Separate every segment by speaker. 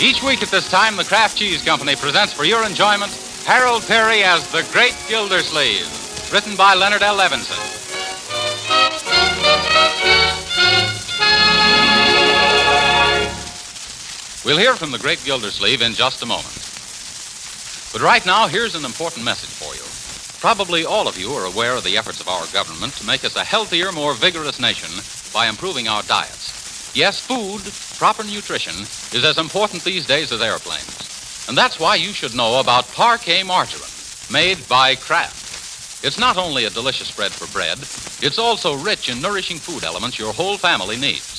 Speaker 1: Each week at this time, the Kraft Cheese Company presents for your enjoyment Harold Perry as The Great Gildersleeve, written by Leonard L. Levinson. We'll hear from the great Gildersleeve in just a moment. But right now, here's an important message for you. Probably all of you are aware of the efforts of our government to make us a healthier, more vigorous nation by improving our diets. Yes, food, proper nutrition, is as important these days as airplanes. And that's why you should know about Parquet Margarine, made by Kraft. It's not only a delicious bread for bread, it's also rich in nourishing food elements your whole family needs.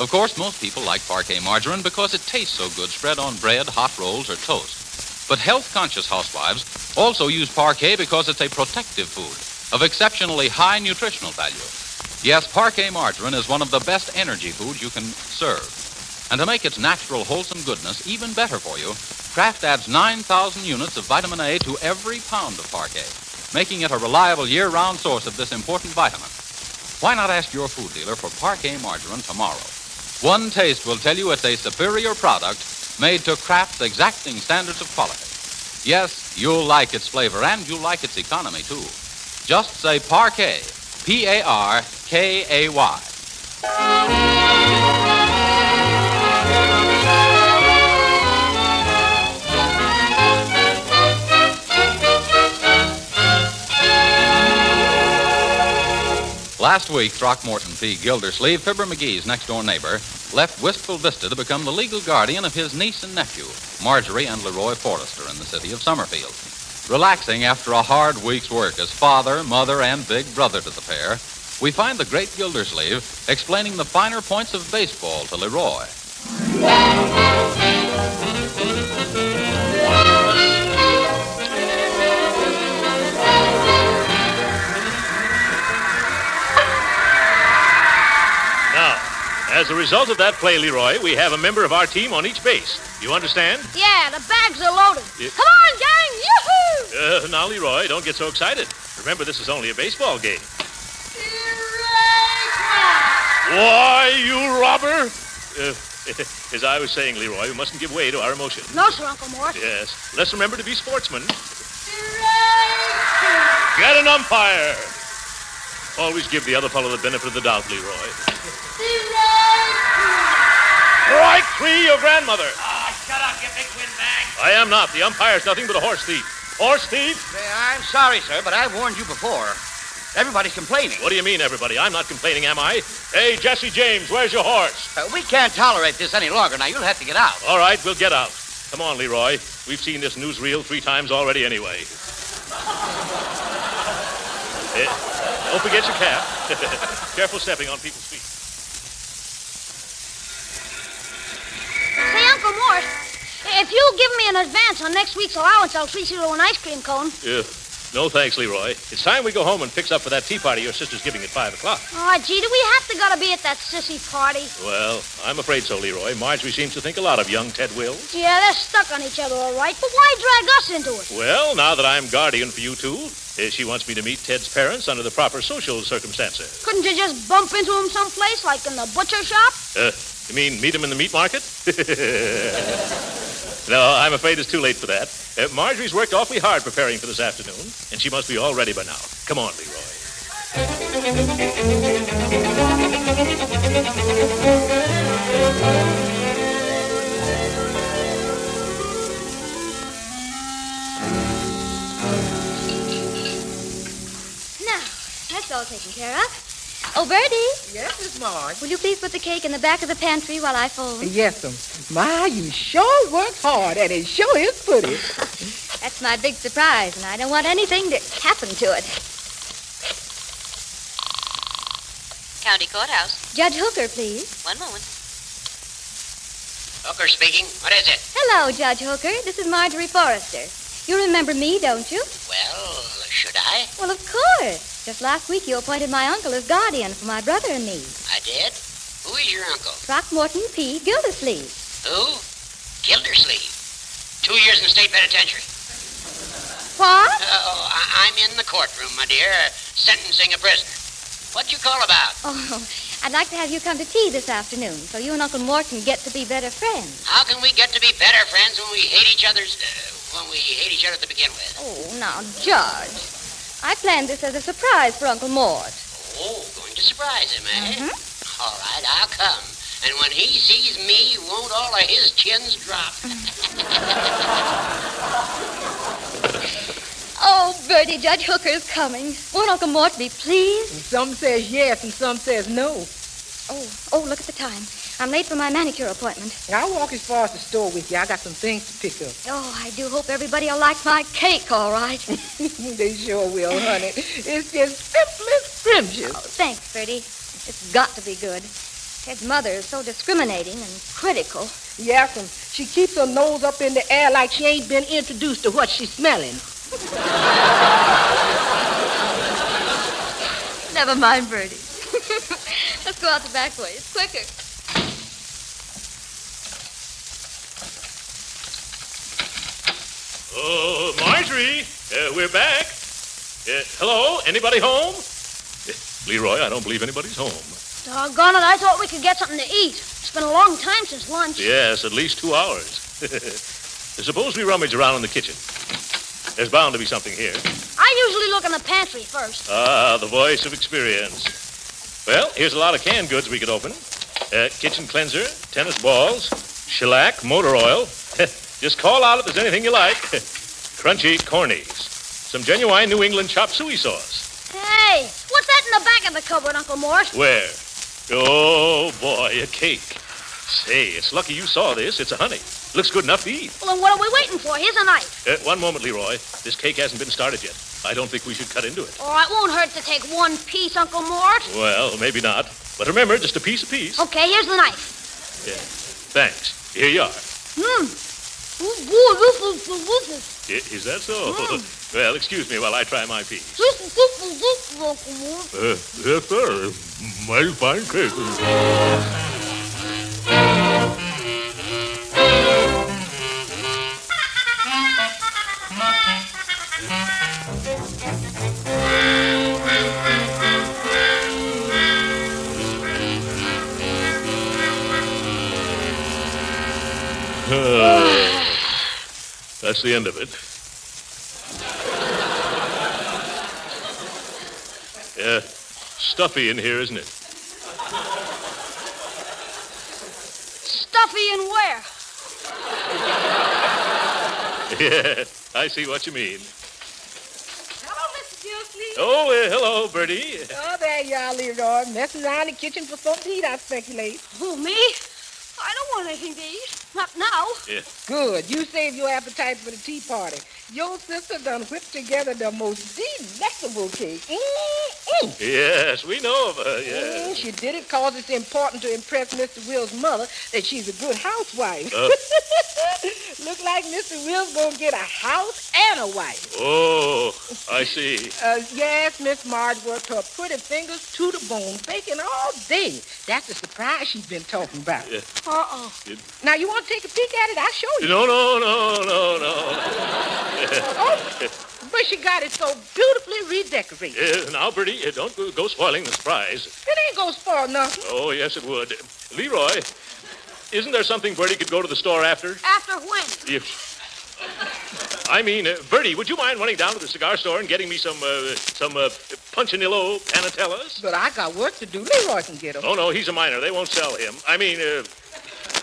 Speaker 1: Of course, most people like parquet margarine because it tastes so good spread on bread, hot rolls, or toast. But health conscious housewives also use parquet because it's a protective food of exceptionally high nutritional value. Yes, parquet margarine is one of the best energy foods you can serve. And to make its natural, wholesome goodness even better for you, Kraft adds 9,000 units of vitamin A to every pound of parquet, making it a reliable year round source of this important vitamin. Why not ask your food dealer for parquet margarine tomorrow? One taste will tell you it's a superior product made to Kraft's exacting standards of quality. Yes, you'll like its flavor and you'll like its economy, too. Just say parquet, P A R K A Y. Last week, Throckmorton P. Gildersleeve, Fibber McGee's next door neighbor, left Wistful Vista to become the legal guardian of his niece and nephew, Marjorie and Leroy Forrester, in the city of Summerfield. Relaxing after a hard week's work as father, mother, and big brother to the pair, we find the great Gildersleeve explaining the finer points of baseball to Leroy.
Speaker 2: Now, as a result of that play, Leroy, we have a member of our team on each base. You understand?
Speaker 3: Yeah, the bags are loaded.
Speaker 2: Yeah.
Speaker 3: Come on, gang! Yoo-hoo!
Speaker 2: Uh, now, Leroy, don't get so excited. Remember, this is only a baseball game. Why, you robber? Uh, as I was saying, Leroy, we mustn't give way to our emotion.
Speaker 3: No, sir, Uncle Mort.
Speaker 2: Yes. Let's remember to be sportsmen. Get an umpire. Always give the other fellow the benefit of the doubt, Leroy. Strike three, your grandmother.
Speaker 4: Ah, Shut up, you big windbag.
Speaker 2: I am not. The umpire's nothing but a horse thief. Horse thief?
Speaker 4: I'm sorry, sir, but I've warned you before. Everybody's complaining.
Speaker 2: What do you mean, everybody? I'm not complaining, am I? Hey, Jesse James, where's your horse?
Speaker 4: Uh, we can't tolerate this any longer. Now, you'll have to get out.
Speaker 2: All right, we'll get out. Come on, Leroy. We've seen this newsreel three times already anyway. Eh, don't forget your cap. Careful stepping on people's feet.
Speaker 3: Say, Uncle Mort, if you'll give me an advance on next week's allowance, I'll treat you to an ice cream cone.
Speaker 2: Yeah. No thanks, Leroy. It's time we go home and fix up for that tea party your sister's giving at five o'clock.
Speaker 3: Aw, Oh, gee, do we have to gotta be at that sissy party?
Speaker 2: Well, I'm afraid so, Leroy. Marjorie seems to think a lot of young Ted Wills.
Speaker 3: Yeah, they're stuck on each other, all right, but why drag us into it?
Speaker 2: Well, now that I'm guardian for you two, eh, she wants me to meet Ted's parents under the proper social circumstances.
Speaker 3: Couldn't you just bump into him someplace, like in the butcher shop?
Speaker 2: Uh, you mean meet him in the meat market? no, I'm afraid it's too late for that. Uh, Marjorie's worked awfully hard preparing for this afternoon, and she must be all ready by now. Come on, Leroy.
Speaker 5: Now, that's all taken care of. Oh, Bertie,
Speaker 6: Yes, Miss Marge.
Speaker 5: will you please put the cake in the back of the pantry while I phone?
Speaker 6: Yes, um, my, you sure work hard, and it sure is pretty.
Speaker 5: That's my big surprise, and I don't want anything to happen to it. County Courthouse.
Speaker 7: Judge Hooker, please.
Speaker 5: One moment.
Speaker 8: Hooker speaking. What is it?
Speaker 7: Hello, Judge Hooker. This is Marjorie Forrester. You remember me, don't you?
Speaker 8: Well, should I?
Speaker 7: Well, of course. Just last week you appointed my uncle as guardian for my brother and me.
Speaker 8: I did? Who is your uncle?
Speaker 7: Throckmorton P. Gildersleeve.
Speaker 8: Who? Gildersleeve. Two years in the state penitentiary.
Speaker 7: What?
Speaker 8: Oh, I- I'm in the courtroom, my dear, uh, sentencing a prisoner. What'd you call about?
Speaker 7: Oh, I'd like to have you come to tea this afternoon so you and Uncle Morton get to be better friends.
Speaker 8: How can we get to be better friends when we hate each other's uh, when we hate each other to begin with?
Speaker 7: Oh, now, Judge. I planned this as a surprise for Uncle Mort.
Speaker 8: Oh, going to surprise him, eh? All right, I'll come. And when he sees me, won't all of his chins drop?
Speaker 7: Oh, Bertie, Judge Hooker is coming. Won't Uncle Mort be pleased?
Speaker 6: And some says yes and some says no.
Speaker 7: Oh, oh, look at the time. I'm late for my manicure appointment.
Speaker 6: I'll walk as far as the store with you. I got some things to pick up.
Speaker 7: Oh, I do hope everybody will like my cake all right.
Speaker 6: they sure will, honey. It's just simply scrumptious.
Speaker 7: Oh, thanks, Bertie. It's got to be good. Ted's mother is so discriminating and critical.
Speaker 6: Yes, and she keeps her nose up in the air like she ain't been introduced to what she's smelling.
Speaker 7: Never mind, Bertie. Let's go out the back way. It's quicker.
Speaker 2: Oh, Marjorie, uh, we're back. Uh, hello, anybody home? Uh, Leroy, I don't believe anybody's home.
Speaker 3: Doggone it, I thought we could get something to eat. It's been a long time since lunch.
Speaker 2: Yes, at least two hours. Suppose we rummage around in the kitchen. There's bound to be something here.
Speaker 3: I usually look in the pantry first.
Speaker 2: Ah, the voice of experience. Well, here's a lot of canned goods we could open uh, kitchen cleanser, tennis balls, shellac, motor oil. Just call out if there's anything you like. Crunchy cornies, some genuine New England chop suey sauce.
Speaker 3: Hey, what's that in the back of the cupboard, Uncle Morris?
Speaker 2: Where? Oh, boy, a cake. Say, it's lucky you saw this. It's a honey. Looks good enough to eat.
Speaker 3: Well, then what are we waiting for? Here's a knife.
Speaker 2: Uh, one moment, Leroy. This cake hasn't been started yet. I don't think we should cut into it.
Speaker 3: Oh, it won't hurt to take one piece, Uncle Mort.
Speaker 2: Well, maybe not. But remember, just a piece apiece.
Speaker 3: Okay, here's the knife.
Speaker 2: Thanks. Here you are.
Speaker 3: Hmm. Ooh, good, this is delicious.
Speaker 2: I- Is that so? Well, excuse me while I try my piece.
Speaker 3: This is this is this is Uncle Mort.
Speaker 2: Uh, yes, sir. Mighty fine cake. That's the end of it. Uh, stuffy in here, isn't it?
Speaker 3: Stuffy and where?
Speaker 2: yeah, I see what you mean.
Speaker 6: Hello, Mr. Gildersleeve.
Speaker 2: Oh, uh, hello, Bertie.
Speaker 6: Oh, there you are, Leroy. Messing around the kitchen for something to eat, I speculate.
Speaker 3: Who, me? I don't want anything to eat. Not now.
Speaker 6: Good. You saved your appetite for the tea party. Your sister done whipped together the most delectable cake. Mm-hmm. Mm-mm.
Speaker 2: Yes, we know of her, yes.
Speaker 6: Mm, She did it 'cause it's important to impress Mr. Will's mother that she's a good housewife.
Speaker 2: Uh.
Speaker 6: Look like Mr. Will's gonna get a house and a wife.
Speaker 2: Oh, I see.
Speaker 6: Uh, yes, Miss Marge worked her pretty fingers to the bone, baking all day. That's the surprise she's been talking about.
Speaker 2: Yeah.
Speaker 6: Uh-oh. Now, you want to take a peek at it? I'll show you.
Speaker 2: No, no, no, no, no.
Speaker 6: Oh, but she got it so beautifully redecorated.
Speaker 2: Uh, now, Bertie, uh, don't go- go spoiling the surprise.
Speaker 6: It ain't gonna spoil nothing.
Speaker 2: Oh, yes, it would. Leroy, isn't there something Bertie could go to the store after?
Speaker 3: After when?
Speaker 2: If... I mean, uh, Bertie, would you mind running down to the cigar store and getting me some, uh, some uh, Punchinillo Panatellas?
Speaker 6: But I got work to do. Leroy can get 'em.
Speaker 2: Oh, no, he's a minor. They won't sell him. I mean, uh,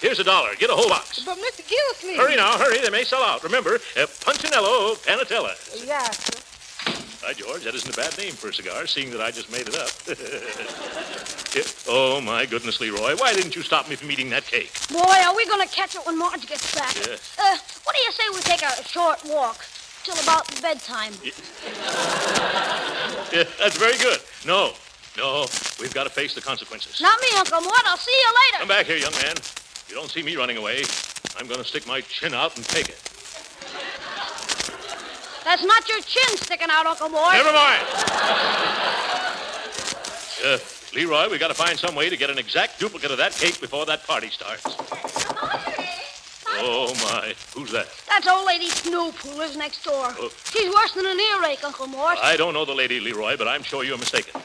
Speaker 2: here's a dollar. Get a whole box.
Speaker 6: But Mr. Gildersleeve.
Speaker 2: Hurry now, hurry. They may sell out. Remember, uh, Punchinello Panatella.
Speaker 6: Yeah, sir.
Speaker 2: By George, that isn't a bad name for a cigar, seeing that I just made it up. Yeah. oh, my goodness, Leroy. Why didn't you stop me from eating that cake?
Speaker 3: Boy, are we going to catch it when Marge gets back.
Speaker 2: Yeah.
Speaker 3: Uh, what do you say we take a short walk till about bedtime?
Speaker 2: Yeah, that's very good. No, No, we've got to face the consequences.
Speaker 3: Not me, Uncle Mort. I'll see you later.
Speaker 2: Come back here, young man. If you don't see me running away, I'm going to stick my chin out and take it.
Speaker 3: That's not your chin sticking out, Uncle Mort.
Speaker 2: Never mind. Uh, Leroy, we got to find some way to get an exact duplicate of that cake before that party starts. Oh, my. Who's that?
Speaker 3: That's old lady Snoop who lives next door.
Speaker 2: Oh.
Speaker 3: She's worse than an earache, Uncle Mort.
Speaker 2: I don't know the lady, Leroy, but I'm sure you're mistaken.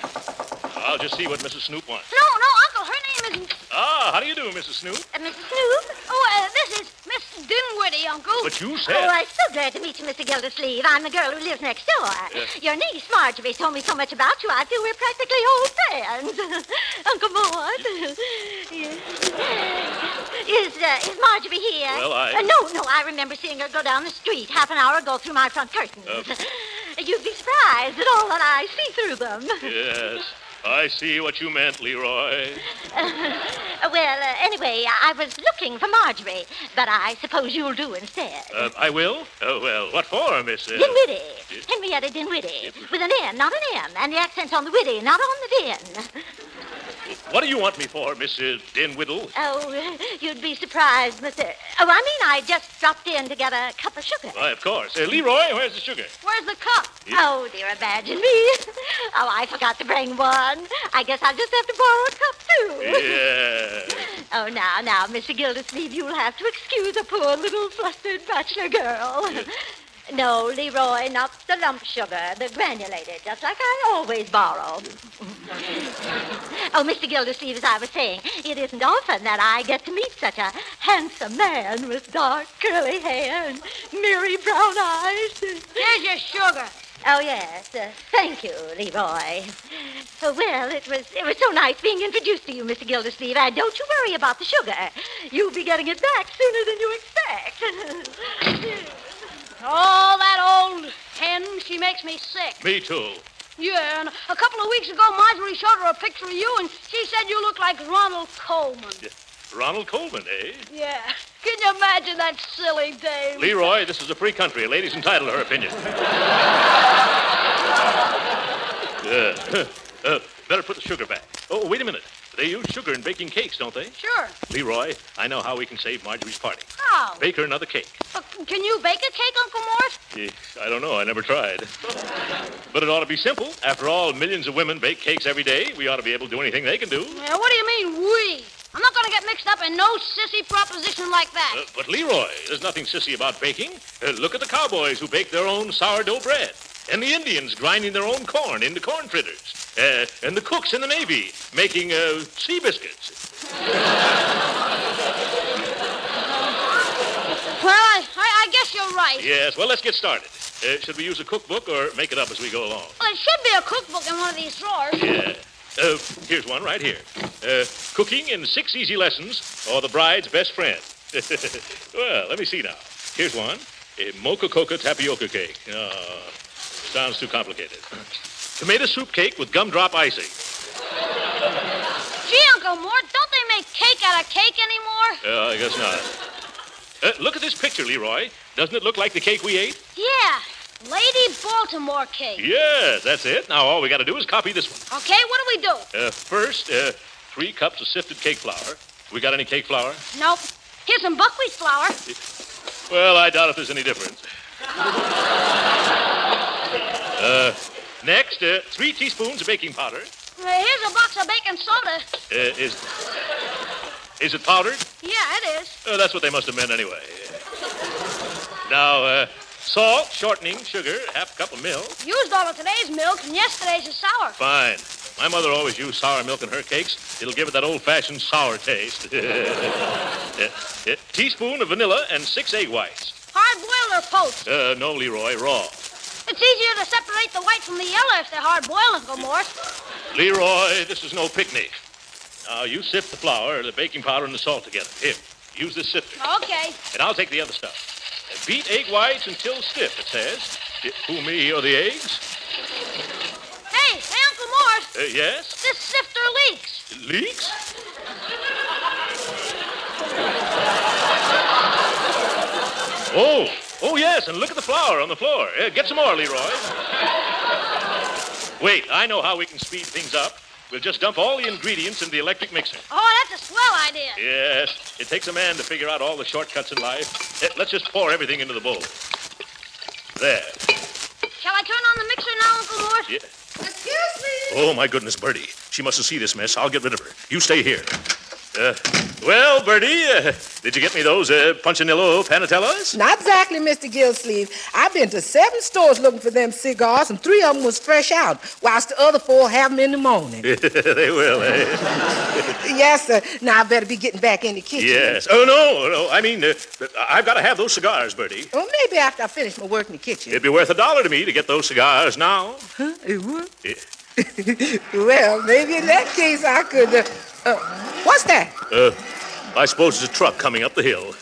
Speaker 2: I'll just see what Mrs. Snoop wants.
Speaker 3: No, no, Uncle, her name isn't
Speaker 2: Ah, how do you do, Mrs. Snoop?
Speaker 5: Uh, Mrs. Snoop?
Speaker 3: Oh, uh, this is Miss Dinwiddie, Uncle.
Speaker 2: But you
Speaker 5: Oh,
Speaker 2: said.
Speaker 5: I'm so glad to meet you, Mr. Gildersleeve. I'm the girl who lives next door.
Speaker 2: Yes.
Speaker 5: Your niece Marjorie's told me so much about you, I feel we're practically old friends. Uncle Mort. yes. Is, uh, is Marjorie here?
Speaker 2: Well, I-
Speaker 5: Uh, no, no, I remember seeing her go down the street half an hour ago through my front curtains.
Speaker 2: Uh,
Speaker 5: You'd be surprised at all that I see through them.
Speaker 2: Yes. I see what you meant, Leroy.
Speaker 5: Uh, well, uh, anyway, I was looking for Marjorie, but I suppose you'll do instead.
Speaker 2: Uh, I will? Oh, well, what for, Miss. Uh...
Speaker 5: Dinwiddie. Henrietta Dinwiddie. With an N, not an M. And the accent's on the Widdy, not on the din.
Speaker 2: What do you want me for, Mrs. Dinwiddle?
Speaker 5: Oh, you'd be surprised, Mr. Oh, I mean, I just dropped in to get a cup of sugar.
Speaker 2: Why, of course. Uh, Leroy, where's the sugar?
Speaker 3: Where's the cup?
Speaker 5: Oh, dear, imagine me. Oh, I forgot to bring one. I guess I'll just have to borrow a cup, too.
Speaker 2: Yeah.
Speaker 5: Oh, now, now, Mr. Gildersleeve, you'll have to excuse a poor little flustered bachelor girl. No, Leroy, not the lump sugar, the granulated, just like I always borrow. oh, Mr. Gildersleeve, as I was saying, it isn't often that I get to meet such a handsome man with dark, curly hair and merry brown eyes.
Speaker 3: Here's your sugar.
Speaker 5: Oh, yes. Uh, thank you, Leroy. Oh, well, it was it was so nice being introduced to you, Mr. Gildersleeve. And don't you worry about the sugar. You'll be getting it back sooner than you expect.
Speaker 3: Oh, that old hen, she makes me sick.
Speaker 2: Me too.
Speaker 3: Yeah, and a couple of weeks ago, Marjorie showed her a picture of you, and she said you look like Ronald Coleman.
Speaker 2: Ronald Coleman, eh?
Speaker 3: Yeah. Can you imagine that silly Dave?
Speaker 2: Leroy, this is a free country. A lady's entitled to her opinion. Yeah. Uh, better put the sugar back. Oh, wait a minute. They use sugar in baking cakes, don't they?
Speaker 3: Sure.
Speaker 2: Leroy, I know how we can save Marjorie's party.
Speaker 3: How?
Speaker 2: Bake her another cake.
Speaker 3: Uh, can you bake a cake, Uncle Morris?
Speaker 2: Eh, I don't know. I never tried. But it ought to be simple. After all, millions of women bake cakes every day. We ought to be able to do anything they can do.
Speaker 3: Yeah, what do you mean, we? I'm not going to get mixed up in no sissy proposition like that.
Speaker 2: Uh, but Leroy, there's nothing sissy about baking. Uh, look at the cowboys who bake their own sourdough bread, and the Indians grinding their own corn into corn fritters, uh, and the cooks in the Navy making uh, sea biscuits.
Speaker 3: Well, I, I, I guess you're right.
Speaker 2: Yes, well, let's get started. Uh, should we use a cookbook or make it up as we go along?
Speaker 3: Well, it should be a cookbook in one of these drawers.
Speaker 2: Yeah. Uh, here's one right here. Uh, cooking in six easy lessons, or the bride's best friend. well, let me see now. Here's one: a mocha coca tapioca cake. Oh, sounds too complicated. Tomato soup cake with gumdrop icing.
Speaker 3: Gee, Uncle Mort, don't they make cake out of cake anymore?
Speaker 2: Uh, I guess not. Uh, look at this picture, Leroy. Doesn't it look like the cake we ate?
Speaker 3: Yeah, Lady Baltimore cake.
Speaker 2: Yes, that's it. Now all we got to do is copy this one.
Speaker 3: Okay, what do we do?
Speaker 2: Uh, first, uh, three cups of sifted cake flour. We got any cake flour?
Speaker 3: Nope. Here's some buckwheat flour.
Speaker 2: Well, I doubt if there's any difference. uh, next, uh, three teaspoons of baking powder.
Speaker 3: Uh, Here's a box of baking soda.
Speaker 2: Uh, is is it powdered?
Speaker 3: Yeah, it is.
Speaker 2: Oh, that's what they must have meant anyway. Now, uh, salt, shortening, sugar, half a cup of milk.
Speaker 3: Used all of today's milk, and yesterday's is sour.
Speaker 2: Fine. My mother always used sour milk in her cakes. It'll give it that old-fashioned sour taste. Uh, uh, teaspoon of vanilla and six egg whites.
Speaker 3: Hard boiled or poached?
Speaker 2: Uh, no, Leroy, raw.
Speaker 3: It's easier to separate the white from the yellow if they're hard boiled, Uncle Mort.
Speaker 2: Leroy, this is no picnic. Now, you sift the flour, the baking powder, and the salt together. Here, use this sifter,
Speaker 3: Okay.
Speaker 2: and I'll take the other stuff. Uh, Beat egg whites until stiff, it says. Uh, Who, me or the eggs?
Speaker 3: Hey, hey, Uncle Mort,
Speaker 2: Uh, yes?
Speaker 3: this sifter leaks.
Speaker 2: Leeks? Oh, oh, yes, and look at the flour on the floor. Uh, get some more, Leroy. Wait, I know how we can speed things up. We'll just dump all the ingredients in the electric mixer.
Speaker 3: Oh, that's a swell idea.
Speaker 2: Yes, it takes a man to figure out all the shortcuts in life. Eh, Let's just pour everything into the bowl. There.
Speaker 3: Shall I turn on the mixer now, Uncle Mort?
Speaker 2: Yeah.
Speaker 3: Excuse me.
Speaker 2: Oh, my goodness, Bertie. She mustn't see this mess. I'll get rid of her. You stay here. Uh, well, Bertie, uh, did you get me those uh, Punchinello Panatellas?
Speaker 6: Not exactly, Mr. Gillsleeve. I've been to seven stores looking for them cigars, and three of them was fresh out, whilst the other four have them in the morning.
Speaker 2: they will, eh?
Speaker 6: yes, sir. Now I better be getting back in the kitchen.
Speaker 2: Yes. Oh, no, no. I mean, uh, I've got to have those cigars, Bertie.
Speaker 6: Well, maybe after I finish my work in the kitchen.
Speaker 2: It'd be worth a dollar to me to get those cigars now.
Speaker 6: Huh? It would?
Speaker 2: Eh,
Speaker 6: Well, maybe in that case I could. Uh, uh, what's that?
Speaker 2: Uh, I suppose it's a truck coming up the hill.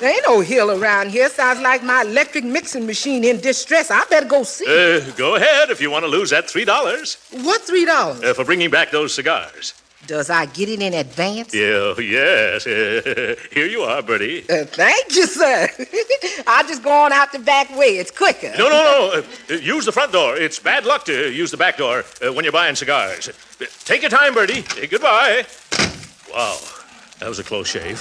Speaker 6: There ain't no hill around here. Sounds like my electric mixing machine in distress. I better go see.
Speaker 2: Uh, go ahead if you want to lose that three dollars
Speaker 6: what three dollars?
Speaker 2: uh, for bringing back those cigars.
Speaker 6: Does I get it in advance?
Speaker 2: Yeah, yes. Uh, here you are, Bertie.
Speaker 6: Uh, thank you, sir. I'll just go on out the back way. It's quicker.
Speaker 2: No, no, no. Uh, uh, use the front door. It's bad luck to use the back door uh, when you're buying cigars. Uh, take your time, Bertie. Uh, goodbye. Wow, that was a close shave.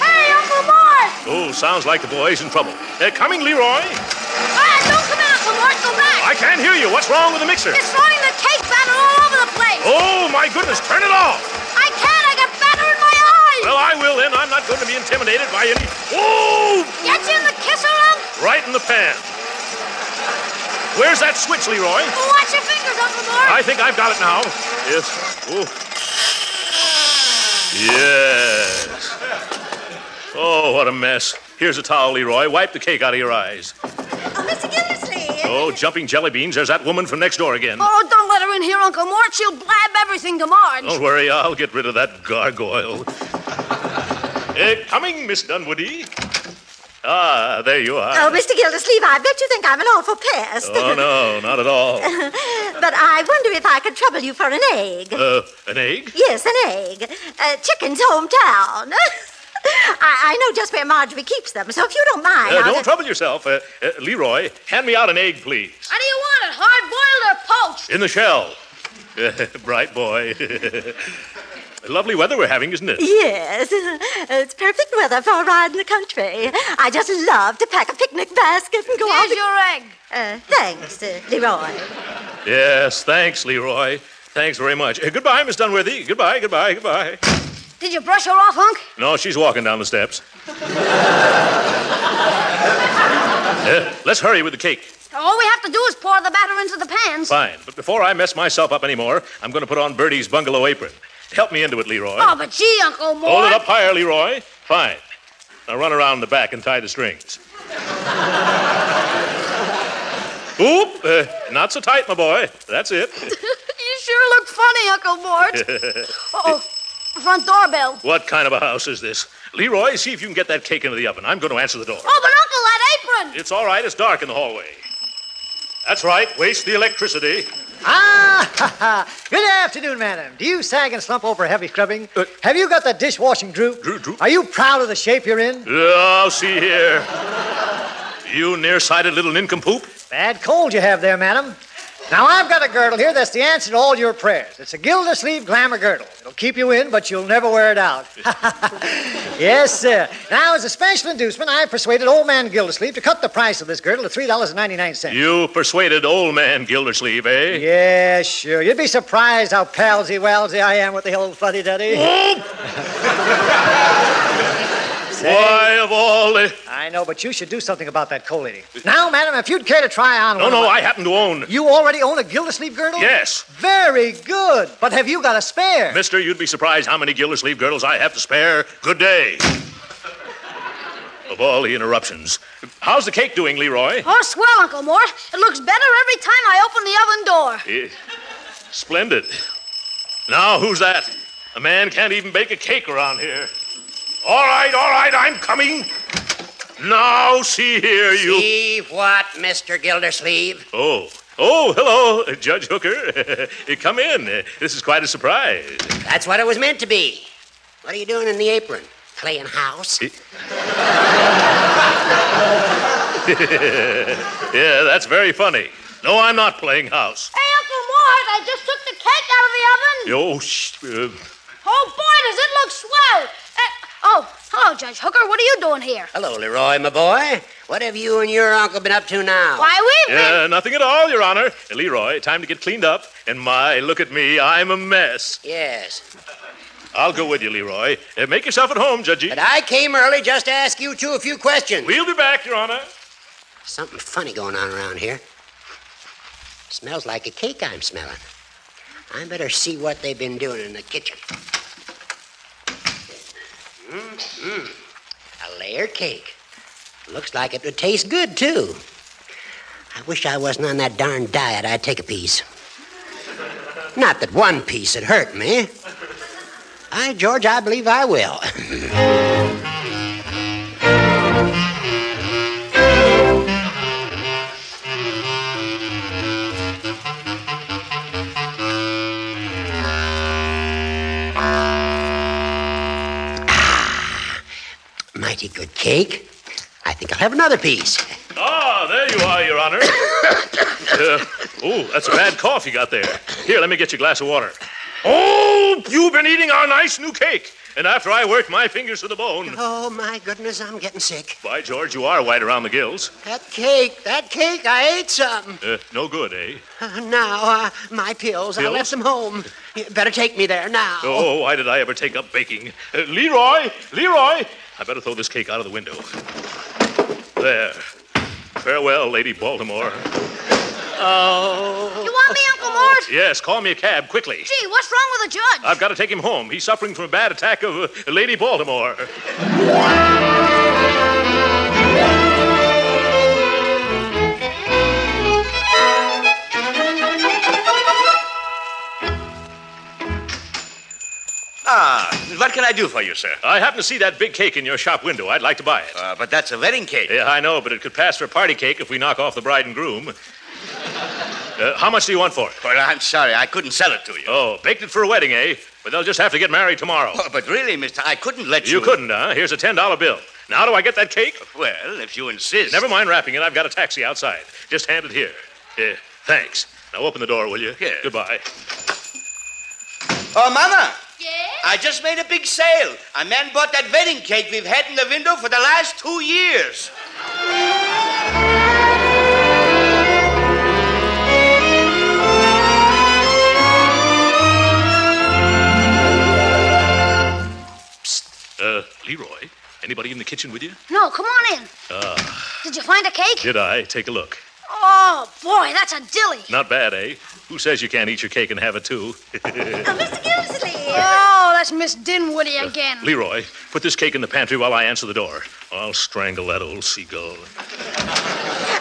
Speaker 3: Hey, Uncle Mort!
Speaker 2: Oh, sounds like the boy's in trouble. They're coming, Leroy.
Speaker 3: All right, don't come out, Uncle Mort. Go back.
Speaker 2: I can't hear you. What's wrong with the mixer?
Speaker 3: It's throwing the cake batter all over the place.
Speaker 2: Oh, my goodness, turn it off.
Speaker 3: I can't. I got batter in my eye.
Speaker 2: Oh. Well, I will then. I'm not going to be intimidated by any. Whoa!
Speaker 3: Get you in the kisser, Uncle.
Speaker 2: Right in the pan. Where's that switch, Leroy?
Speaker 3: Watch your fingers, Uncle Mort.
Speaker 2: I think I've got it now. Yes. Oh. Yes. Oh, what a mess. Here's a towel, Leroy. Wipe the cake out of your eyes.
Speaker 3: Mr. Gildersleeve.
Speaker 2: Oh, jumping jelly beans. There's that woman from next door again.
Speaker 3: Oh, don't let her in here, Uncle Mort. She'll blab everything to Marge.
Speaker 2: Don't worry, I'll get rid of that gargoyle. Eh, coming, Miss Dunwoody. Ah, there you are.
Speaker 5: Oh, Mr. Gildersleeve, I bet you think I'm an awful pest.
Speaker 2: Oh, no, not at all.
Speaker 5: But I wonder if I could trouble you for an egg.
Speaker 2: Uh, an egg?
Speaker 5: Yes, an egg. Uh, chicken's hometown. I, I know just where Marjorie keeps them, so if you don't mind,
Speaker 2: Uh,
Speaker 5: I'll
Speaker 2: don't
Speaker 5: just-
Speaker 2: trouble yourself. Uh, uh, Leroy, hand me out an egg, please.
Speaker 3: How do you want it? Hard boiled or poached?
Speaker 2: In the shell. Bright boy. Lovely weather we're having, isn't it?
Speaker 5: Yes, it's perfect weather for a ride in the country. I just love to pack a picnic basket and go out.
Speaker 3: Here's your egg.
Speaker 5: Uh, thanks, uh, Leroy.
Speaker 2: Yes, thanks, Leroy. Thanks very much. Uh, goodbye, Miss Dunworthy. Goodbye, goodbye, goodbye.
Speaker 3: Did you brush her off, Unc?
Speaker 2: No, she's walking down the steps. Eh, Uh, let's hurry with the cake.
Speaker 3: All we have to do is pour the batter into the pans.
Speaker 2: Fine. But before I mess myself up anymore, I'm going to put on Bertie's bungalow apron. Help me into it, Leroy.
Speaker 3: Oh, but gee, Uncle Mort.
Speaker 2: Hold it up higher, Leroy. Fine. Now run around the back and tie the strings. Oop! Uh, not so tight, my boy. That's it.
Speaker 3: You sure look funny, Uncle Mort. oh, front doorbell.
Speaker 2: What kind of a house is this? Leroy, see if you can get that cake into the oven. I'm going to answer the door.
Speaker 3: Oh, but Uncle, that apron.
Speaker 2: It's all right. It's dark in the hallway. That's right. Waste the electricity.
Speaker 9: Ah, ha, ha. good afternoon, madam. Do you sag and slump over heavy scrubbing? Have you got the dishwashing droop?
Speaker 2: Drew, Drew.
Speaker 9: Are you proud of the shape you're in?
Speaker 2: Oh, see here. You nearsighted little nincompoop.
Speaker 9: Bad cold you have there, madam. Now, I've got a girdle here that's the answer to all your prayers. It's a Gildersleeve glamour girdle. It'll keep you in, but you'll never wear it out. yes, sir. Now, as a special inducement, I persuaded old man Gildersleeve to cut the price of this girdle to $3.99.
Speaker 2: You persuaded old man Gildersleeve, eh?
Speaker 9: Yeah, sure. You'd be surprised how palsy-walsy I am with the old fuddy-duddy.
Speaker 2: Why of all the...
Speaker 9: I know, but you should do something about that coal lady. Now, madam, if you'd care to try on
Speaker 2: No,
Speaker 9: one
Speaker 2: no,
Speaker 9: of my-
Speaker 2: I happen to own.
Speaker 9: You already own a Gildersleeve girdle?
Speaker 2: Yes.
Speaker 9: Very good. But have you got a spare?
Speaker 2: Mister, you'd be surprised how many Gildersleeve girdles I have to spare. Good day. of all the interruptions. How's the cake doing, Leroy?
Speaker 3: Oh, swell, Uncle Mort. It looks better every time I open the oven door.
Speaker 2: Eh, Splendid. Now, who's that? A man can't even bake a cake around here. All right, all right, I'm coming. Now, see here, you.
Speaker 8: See what, Mr. Gildersleeve?
Speaker 2: Oh. Oh, hello, uh, Judge Hooker. Eh, Come in. Eh, This is quite a surprise.
Speaker 8: That's what it was meant to be. What are you doing in the apron? Playing house?
Speaker 2: Yeah, that's very funny. No, I'm not playing house.
Speaker 3: Hey, Uncle Mort, I just took the cake out of the oven.
Speaker 2: Oh, shh. Uh,
Speaker 3: Oh, boy, does it look swell. Eh, oh, hello, Judge Hooker. What are you doing here?
Speaker 8: Hello, Leroy, my boy. What have you and your uncle been up to now?
Speaker 3: Why, we've been...
Speaker 2: yeah, Eh, nothing at all, Your Honor. Eh, Leroy, time to get cleaned up. And my, look at me. I'm a mess.
Speaker 8: Yes.
Speaker 2: I'll go with you, Leroy. Uh, make yourself at home, Judgy.
Speaker 8: But I came early just to ask you two a few questions.
Speaker 2: We'll be back, Your Honor.
Speaker 8: Something funny going on around here. Smells like a cake I'm smelling. I better see what they've been doing in the kitchen. Mm-mm. Mm-hmm. A layer cake. Looks like it would taste good, too. I wish I wasn't on that darn diet. I'd take a piece. Not that one piece would hurt me. I, George, I believe I will. Mighty good cake. I think I'll have another piece.
Speaker 2: Ah, there you are, Your Honor. uh, oh, that's a bad cough you got there. Here, let me get you a glass of water. Oh, you've been eating our nice new cake. And after I worked my fingers to the bone.
Speaker 8: Oh, my goodness, I'm getting sick.
Speaker 2: By George, you are white around the gills.
Speaker 8: That cake, that cake, I ate some.
Speaker 2: Uh, no good, eh?
Speaker 8: Uh, now, uh, my pills, I
Speaker 2: Pills?
Speaker 8: left them home. You better take me there now.
Speaker 2: Oh, why did I ever take up baking? Uh, Leroy! Leroy! I better throw this cake out of the window. There. Farewell, Lady Baltimore.
Speaker 8: Oh.
Speaker 3: You want me, Uncle
Speaker 2: Oh,
Speaker 3: Mort?
Speaker 2: Yes, call me a cab quickly.
Speaker 3: Gee, what's wrong with the judge?
Speaker 2: I've got to take him home. He's suffering from a bad attack of uh, Lady Baltimore.
Speaker 4: Ah, what can I do for you, sir?
Speaker 2: I happen to see that big cake in your shop window. I'd like to buy it.
Speaker 4: Uh, but that's a wedding cake.
Speaker 2: Yeah, I know, but it could pass for party cake if we knock off the bride and groom. Uh, how much do you want for it?
Speaker 4: Well, I'm sorry, I couldn't sell it to you.
Speaker 2: Oh, baked it for a wedding, eh? But they'll just have to get married tomorrow.
Speaker 4: Oh, but really, mister, I couldn't let you.
Speaker 2: You couldn't, huh? Here's a $10 bill. Now do I get that cake?
Speaker 4: Well, if you insist.
Speaker 2: Never mind wrapping it. I've got a taxi outside. Just hand it here. Yeah, thanks. Now open the door, will you?
Speaker 4: Yeah.
Speaker 2: Goodbye.
Speaker 4: Oh, Mama!
Speaker 3: Yeah?
Speaker 4: I just made a big sale. A man bought that wedding cake we've had in the window for the last two years.
Speaker 2: Uh, Leroy, anybody in the kitchen with you?
Speaker 3: No, come on in.
Speaker 2: uh.
Speaker 3: Did you find a cake?
Speaker 2: Did I? Take a look.
Speaker 3: Oh, boy, that's a dilly.
Speaker 2: Not bad, eh? Who says you can't eat your cake and have it too?
Speaker 5: Mr. Gildersleeve.
Speaker 3: Oh, that's Miss Dinwiddie again.
Speaker 2: Leroy, put this cake in the pantry while I answer the door. I'll strangle that old seagull.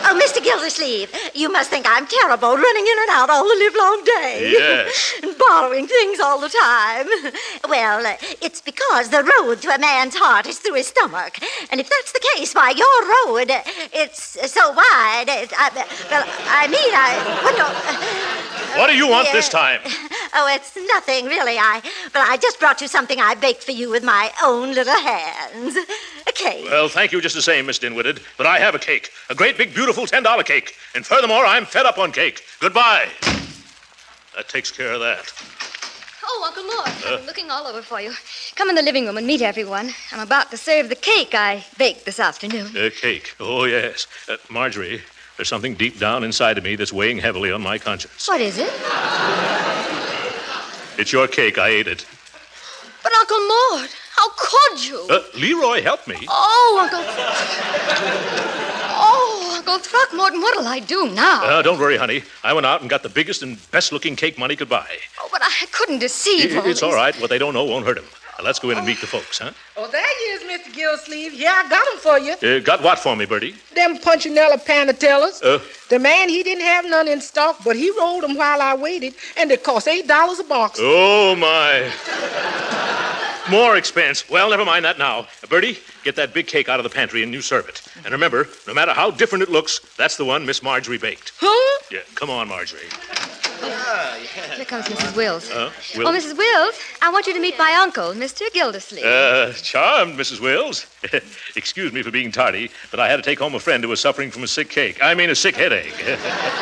Speaker 5: Oh, Mr. Gildersleeve, you must think I'm terrible running in and out all the livelong day.
Speaker 2: Yes.
Speaker 5: and borrowing things all the time. Well, uh, it's because the road to a man's heart is through his stomach. And if that's the case, why, your road, uh, it's uh, so wide. It, I, well, I mean, I. Well, no, uh,
Speaker 2: What do you want
Speaker 5: yeah.
Speaker 2: this time?
Speaker 5: Oh, it's nothing, really. I. Well, I just brought you something I baked for you with my own little hands. A cake.
Speaker 2: Well, thank you just the same, Miss Dinwiddie, but I have a cake. A great, big, beautiful $10 cake. And furthermore, I'm fed up on cake. Goodbye. That takes care of that.
Speaker 7: Oh, Uncle Mort, I'm looking all over for you. Come in the living room and meet everyone. I'm about to serve the cake I baked this afternoon.
Speaker 2: A cake. Oh, yes. Uh, Marjorie, there's something deep down inside of me that's weighing heavily on my conscience.
Speaker 7: What is it?
Speaker 2: It's your cake. I ate it.
Speaker 3: But, Uncle Mort, how could you?
Speaker 2: Uh, Leroy, help me.
Speaker 7: Oh, Uncle. oh, Uncle Throckmorton, what'll I do now?
Speaker 2: Uh, don't worry, honey. I went out and got the biggest and best looking cake money could buy.
Speaker 7: oh, but I couldn't deceive
Speaker 2: I-
Speaker 7: all
Speaker 2: It's
Speaker 7: these-
Speaker 2: all right. What they don't know won't hurt them. let's go in and meet the folks, huh?
Speaker 6: Oh, there you is, Mr. Gillsleeve. Yeah, I got 'em for you.
Speaker 2: Uh, got what for me, Bertie?
Speaker 6: Them Punchinella Panatellas.
Speaker 2: Uh,
Speaker 6: The man, he didn't have none in stock, but he rolled 'em while I waited, and it cost $8 a box.
Speaker 2: oh, my. More expense. Well, never mind that now. Bertie, get that big cake out of the pantry and you serve it. And remember, no matter how different it looks, that's the one Miss Marjorie baked.
Speaker 6: Huh?
Speaker 2: Yeah, come on, Marjorie.
Speaker 4: Ah, yeah.
Speaker 7: Here comes Mrs. Wills.
Speaker 2: Huh?
Speaker 7: Oh, Mrs. Wills, I want you to meet my uncle, Mr. Gildersleeve.
Speaker 2: Uh, charmed, Mrs. Wills. Excuse me for being tardy, but I had to take home a friend who was suffering from a sick cake. I mean, a sick headache.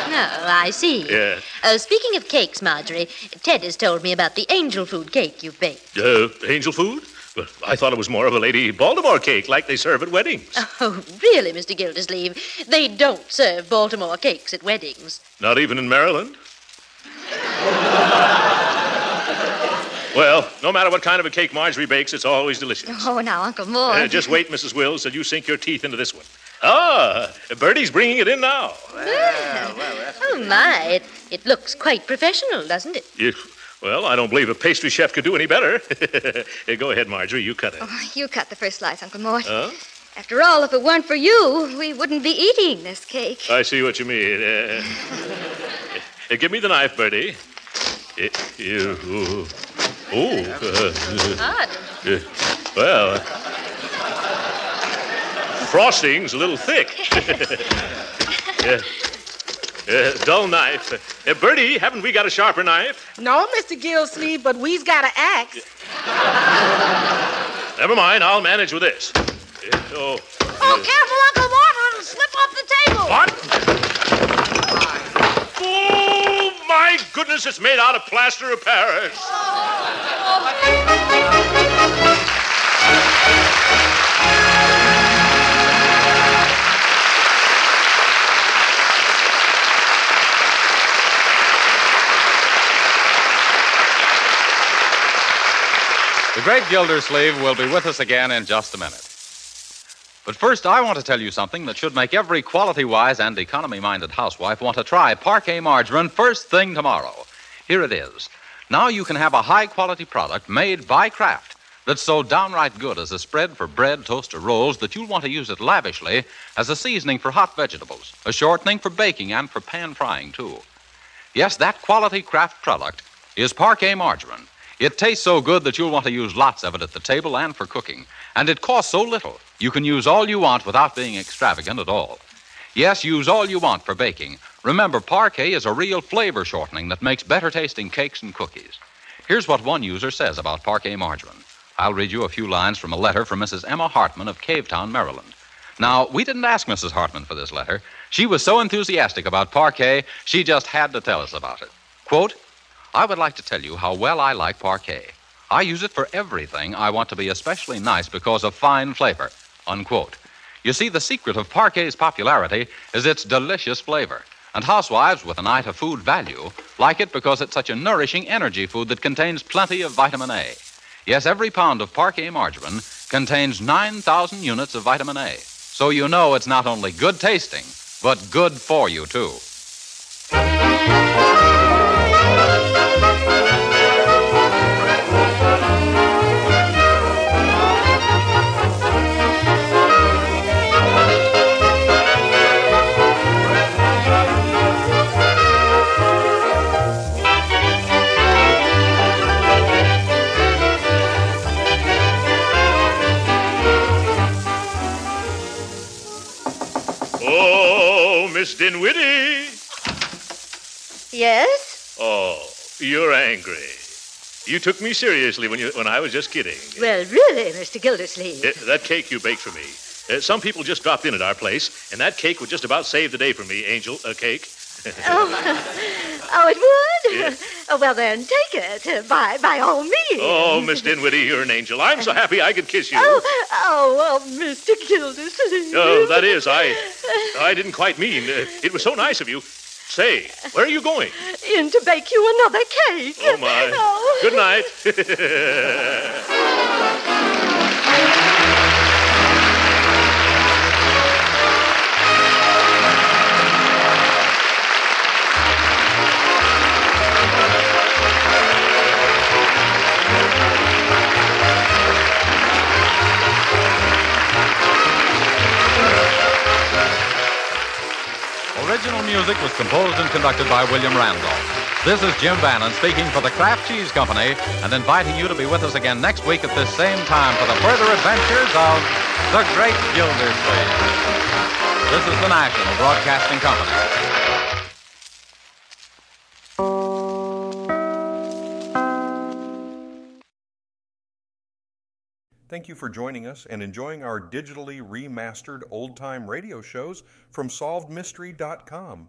Speaker 10: No, Oh, I see.
Speaker 2: yeah.
Speaker 10: Uh, speaking of cakes, Marjorie, Ted has told me about the angel food cake you've baked.
Speaker 2: Uh, angel food? Well, I thought it was more of a Lady Baltimore cake, like they serve at weddings.
Speaker 10: Oh, really, Mr. Gildersleeve? They don't serve Baltimore cakes at weddings.
Speaker 2: Not even in Maryland. well, no matter what kind of a cake Marjorie bakes, it's always delicious.
Speaker 7: Oh, now, Uncle Moore.
Speaker 2: Uh, just wait, Mrs. Wills, till you sink your teeth into this one. Ah, Bertie's bringing it in now.
Speaker 10: oh, my. It, it looks quite professional, doesn't it?
Speaker 2: You- well, I don't believe a pastry chef could do any better. Uh, Go ahead, Marjorie, you cut it.
Speaker 3: Oh.
Speaker 7: Ah, You cut the first slice, Uncle Mort.
Speaker 2: Huh?
Speaker 7: After all, if it weren't for you, we wouldn't be eating this cake.
Speaker 2: I see what you mean. Uh, uh, give me the knife, Bertie. Uh, you- ooh. Ooh, uh,
Speaker 10: Odd.
Speaker 2: uh, well, uh, frosting's a little thick. Uh, uh, dull knife. Uh, Bertie, haven't we got a sharper knife?
Speaker 6: No, Mr. Gillsleeve, but we's got an axe.
Speaker 2: Never mind, I'll manage with this. Uh, oh,
Speaker 3: Oh, careful, Uncle Mort, it'll slip off the table.
Speaker 2: What? Oh, my goodness, it's made out of plaster of Paris.
Speaker 1: The great Gildersleeve will be with us again in just a minute. But first, I want to tell you something that should make every quality wise and economy minded housewife want to try parquet margarine first thing tomorrow. Here it is. Now you can have a high quality product made by Kraft that's so downright good as a spread for bread, toast, or rolls that you'll want to use it lavishly as a seasoning for hot vegetables, a shortening for baking, and for pan frying, too. Yes, that quality Kraft product is parquet margarine. It tastes so good that you'll want to use lots of it at the table and for cooking. And it costs so little, you can use all you want without being extravagant at all. Yes, use all you want for baking. Remember, parquet is a real flavor shortening that makes better tasting cakes and cookies. Here's what one user says about parquet margarine. I'll read you a few lines from a letter from Mrs. Emma Hartman of Cavetown, Maryland. Now, we didn't ask Mrs. Hartman for this letter. She was so enthusiastic about parquet, she just had to tell us about it. Quote, I would like to tell you how well I like parquet. I use it for everything I want to be especially nice because of fine flavor. Unquote. You see, the secret of parquet's popularity is its delicious flavor. And housewives with an eye to food value like it because it's such a nourishing energy food that contains plenty of vitamin A. Yes, every pound of parquet margarine contains 9,000 units of vitamin A. So you know it's not only good tasting, but good for you, too.
Speaker 2: Oh, Miss Dinwiddie.
Speaker 10: Yes?
Speaker 2: Oh, you're angry. You took me seriously when you when I was just kidding.
Speaker 10: Well, really, Mr. Gildersleeve.
Speaker 2: Uh, that cake you baked for me. Uh, some people just dropped in at our place, and that cake would just about save the day for me, Angel. A cake.
Speaker 10: Oh, oh it would? Oh, well, then, take it uh, by, by all means.
Speaker 2: Oh, Miss Dinwiddie, you're an angel. I'm so happy I could kiss you.
Speaker 10: Oh, oh, oh, Mr. Gildersleeve.
Speaker 2: Oh, that is, I, I didn't quite mean. uh, it was so nice of you. Say, where are you going?
Speaker 10: In to bake you another cake.
Speaker 2: Oh my.
Speaker 10: Oh.
Speaker 2: Good night.
Speaker 1: Original music was composed and conducted by William Randolph. This is Jim Bannon speaking for the Kraft Cheese Company and inviting you to be with us again next week at this same time for the further adventures of The Great Gildersleeve. This is the National Broadcasting Company.
Speaker 11: Thank you for joining us and enjoying our digitally remastered old time radio shows from SolvedMystery.com.